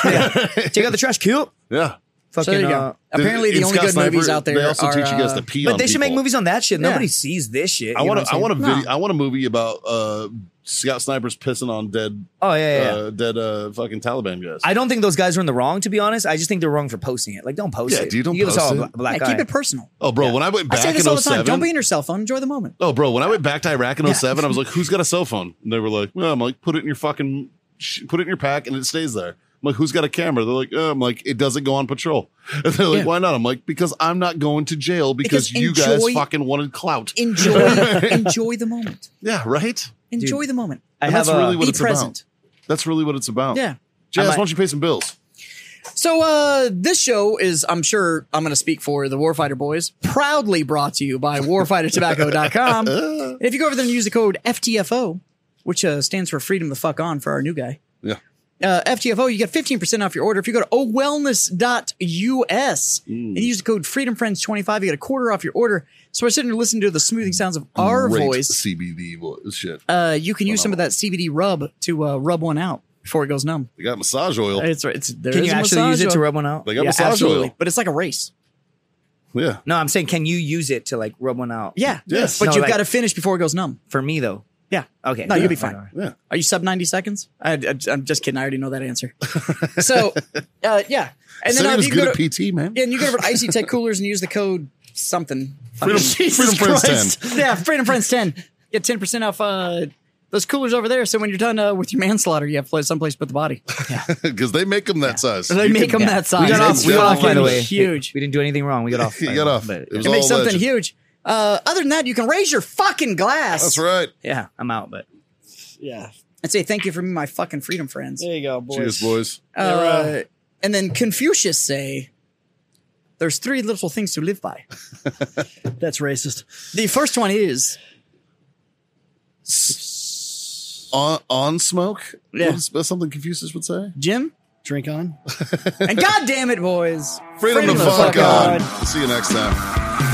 Take out the trash, kill. Yeah. Fucking. so there you uh, go. Apparently, the In only Scott good Sniper, movies out there They also are. teach you guys uh, to pee but on they should make people. movies on that shit. Yeah. Nobody sees this shit. I You know want what to. I'm I want a saying? video. I want a movie about uh, Scott Sniper's pissing on dead, Oh yeah, yeah. yeah. uh, dead uh, fucking Taliban guys. I don't think those guys are in the wrong. To be honest, I just think they're wrong for posting it. Like, don't post Yeah, it. dude, don't you give us post all it. a bla- black yeah, keep eye. it personal. oh, bro, when I went I back say this in all the time. 07, Don't be in your cell phone. Enjoy the moment. oh, bro, when I went back to Iraq in 07, I was like, who's got a cell phone? And they were like, well, I'm like, put it in your fucking, sh- put it in your pack, and it stays there. I'm like, who's got a camera? They're like, uh, I'm like, it doesn't go on patrol. And they're like, Yeah. why not? I'm like, because I'm not going to jail because, Because you guys enjoy- fucking wanted clout. Enjoy, enjoy the moment. yeah, right. Enjoy the moment. I And have that's a, really what Be it's present. about. That's really what it's about. Yeah. Jazz, might- why don't you pay some bills? So uh this show is, I'm sure I'm gonna speak for the Warfighter Boys, proudly brought to you by warfightertobacco.com. and if you go over there and use the code FTFO, which uh, stands for freedom the fuck on for our new guy. Yeah. Uh, FTFO, you get 15% off your order. If you go to owellness.us Mm. and use the code FreedomFriends25, you get a quarter off your order. So we're sitting here listening to the smoothing sounds of our Great voice. CBD voice. Shit. Uh, you can use some of that CBD rub to uh, rub one out before it goes numb. they got massage oil. It's, it's, there Oh. Can is you a actually use massage it to oil. rub one out? They got Yeah, massage absolutely. oil. But it's like a race. Yeah. No, I'm saying, can you use it to like rub one out? Yeah. Yes. But No, you've like- got to finish before it goes numb. For me though. Yeah. Okay. No, Yeah. you'll be fine. Alright. Yeah. Are you sub 90 seconds? I, I, am just kidding. I already know that answer. So, uh, yeah. And Said then he uh, was you go good to, at PT, man. yeah, and you go over to Icy Tech Coolers and use the code something. Freedom, Freedom Friends 10. yeah, Freedom Friends 10. Get 10% off uh, those coolers over there. So when you're done uh, with your manslaughter, you have pl- someplace to put the body. Because they make them that size. They You make can- them that size. We got It's off. We got off. By the fucking way, Huge. We didn't do anything wrong. We got off. You got off. But It was It makes all something legend. huge. Uh, other than that, you can raise your fucking glass. That's right. yeah, I'm out. But Yeah. and say thank you for me, my fucking freedom friends. There you go, boys. Cheers, boys. Uh, and then Confucius say, "There's three little things to live by." That's racist. The first one is On, on smoke? Yeah. What is- That's something Confucius would say. Jim, Drink on. and God damn it, boys, Freedom, to the fuck fuck on. See you next time. on.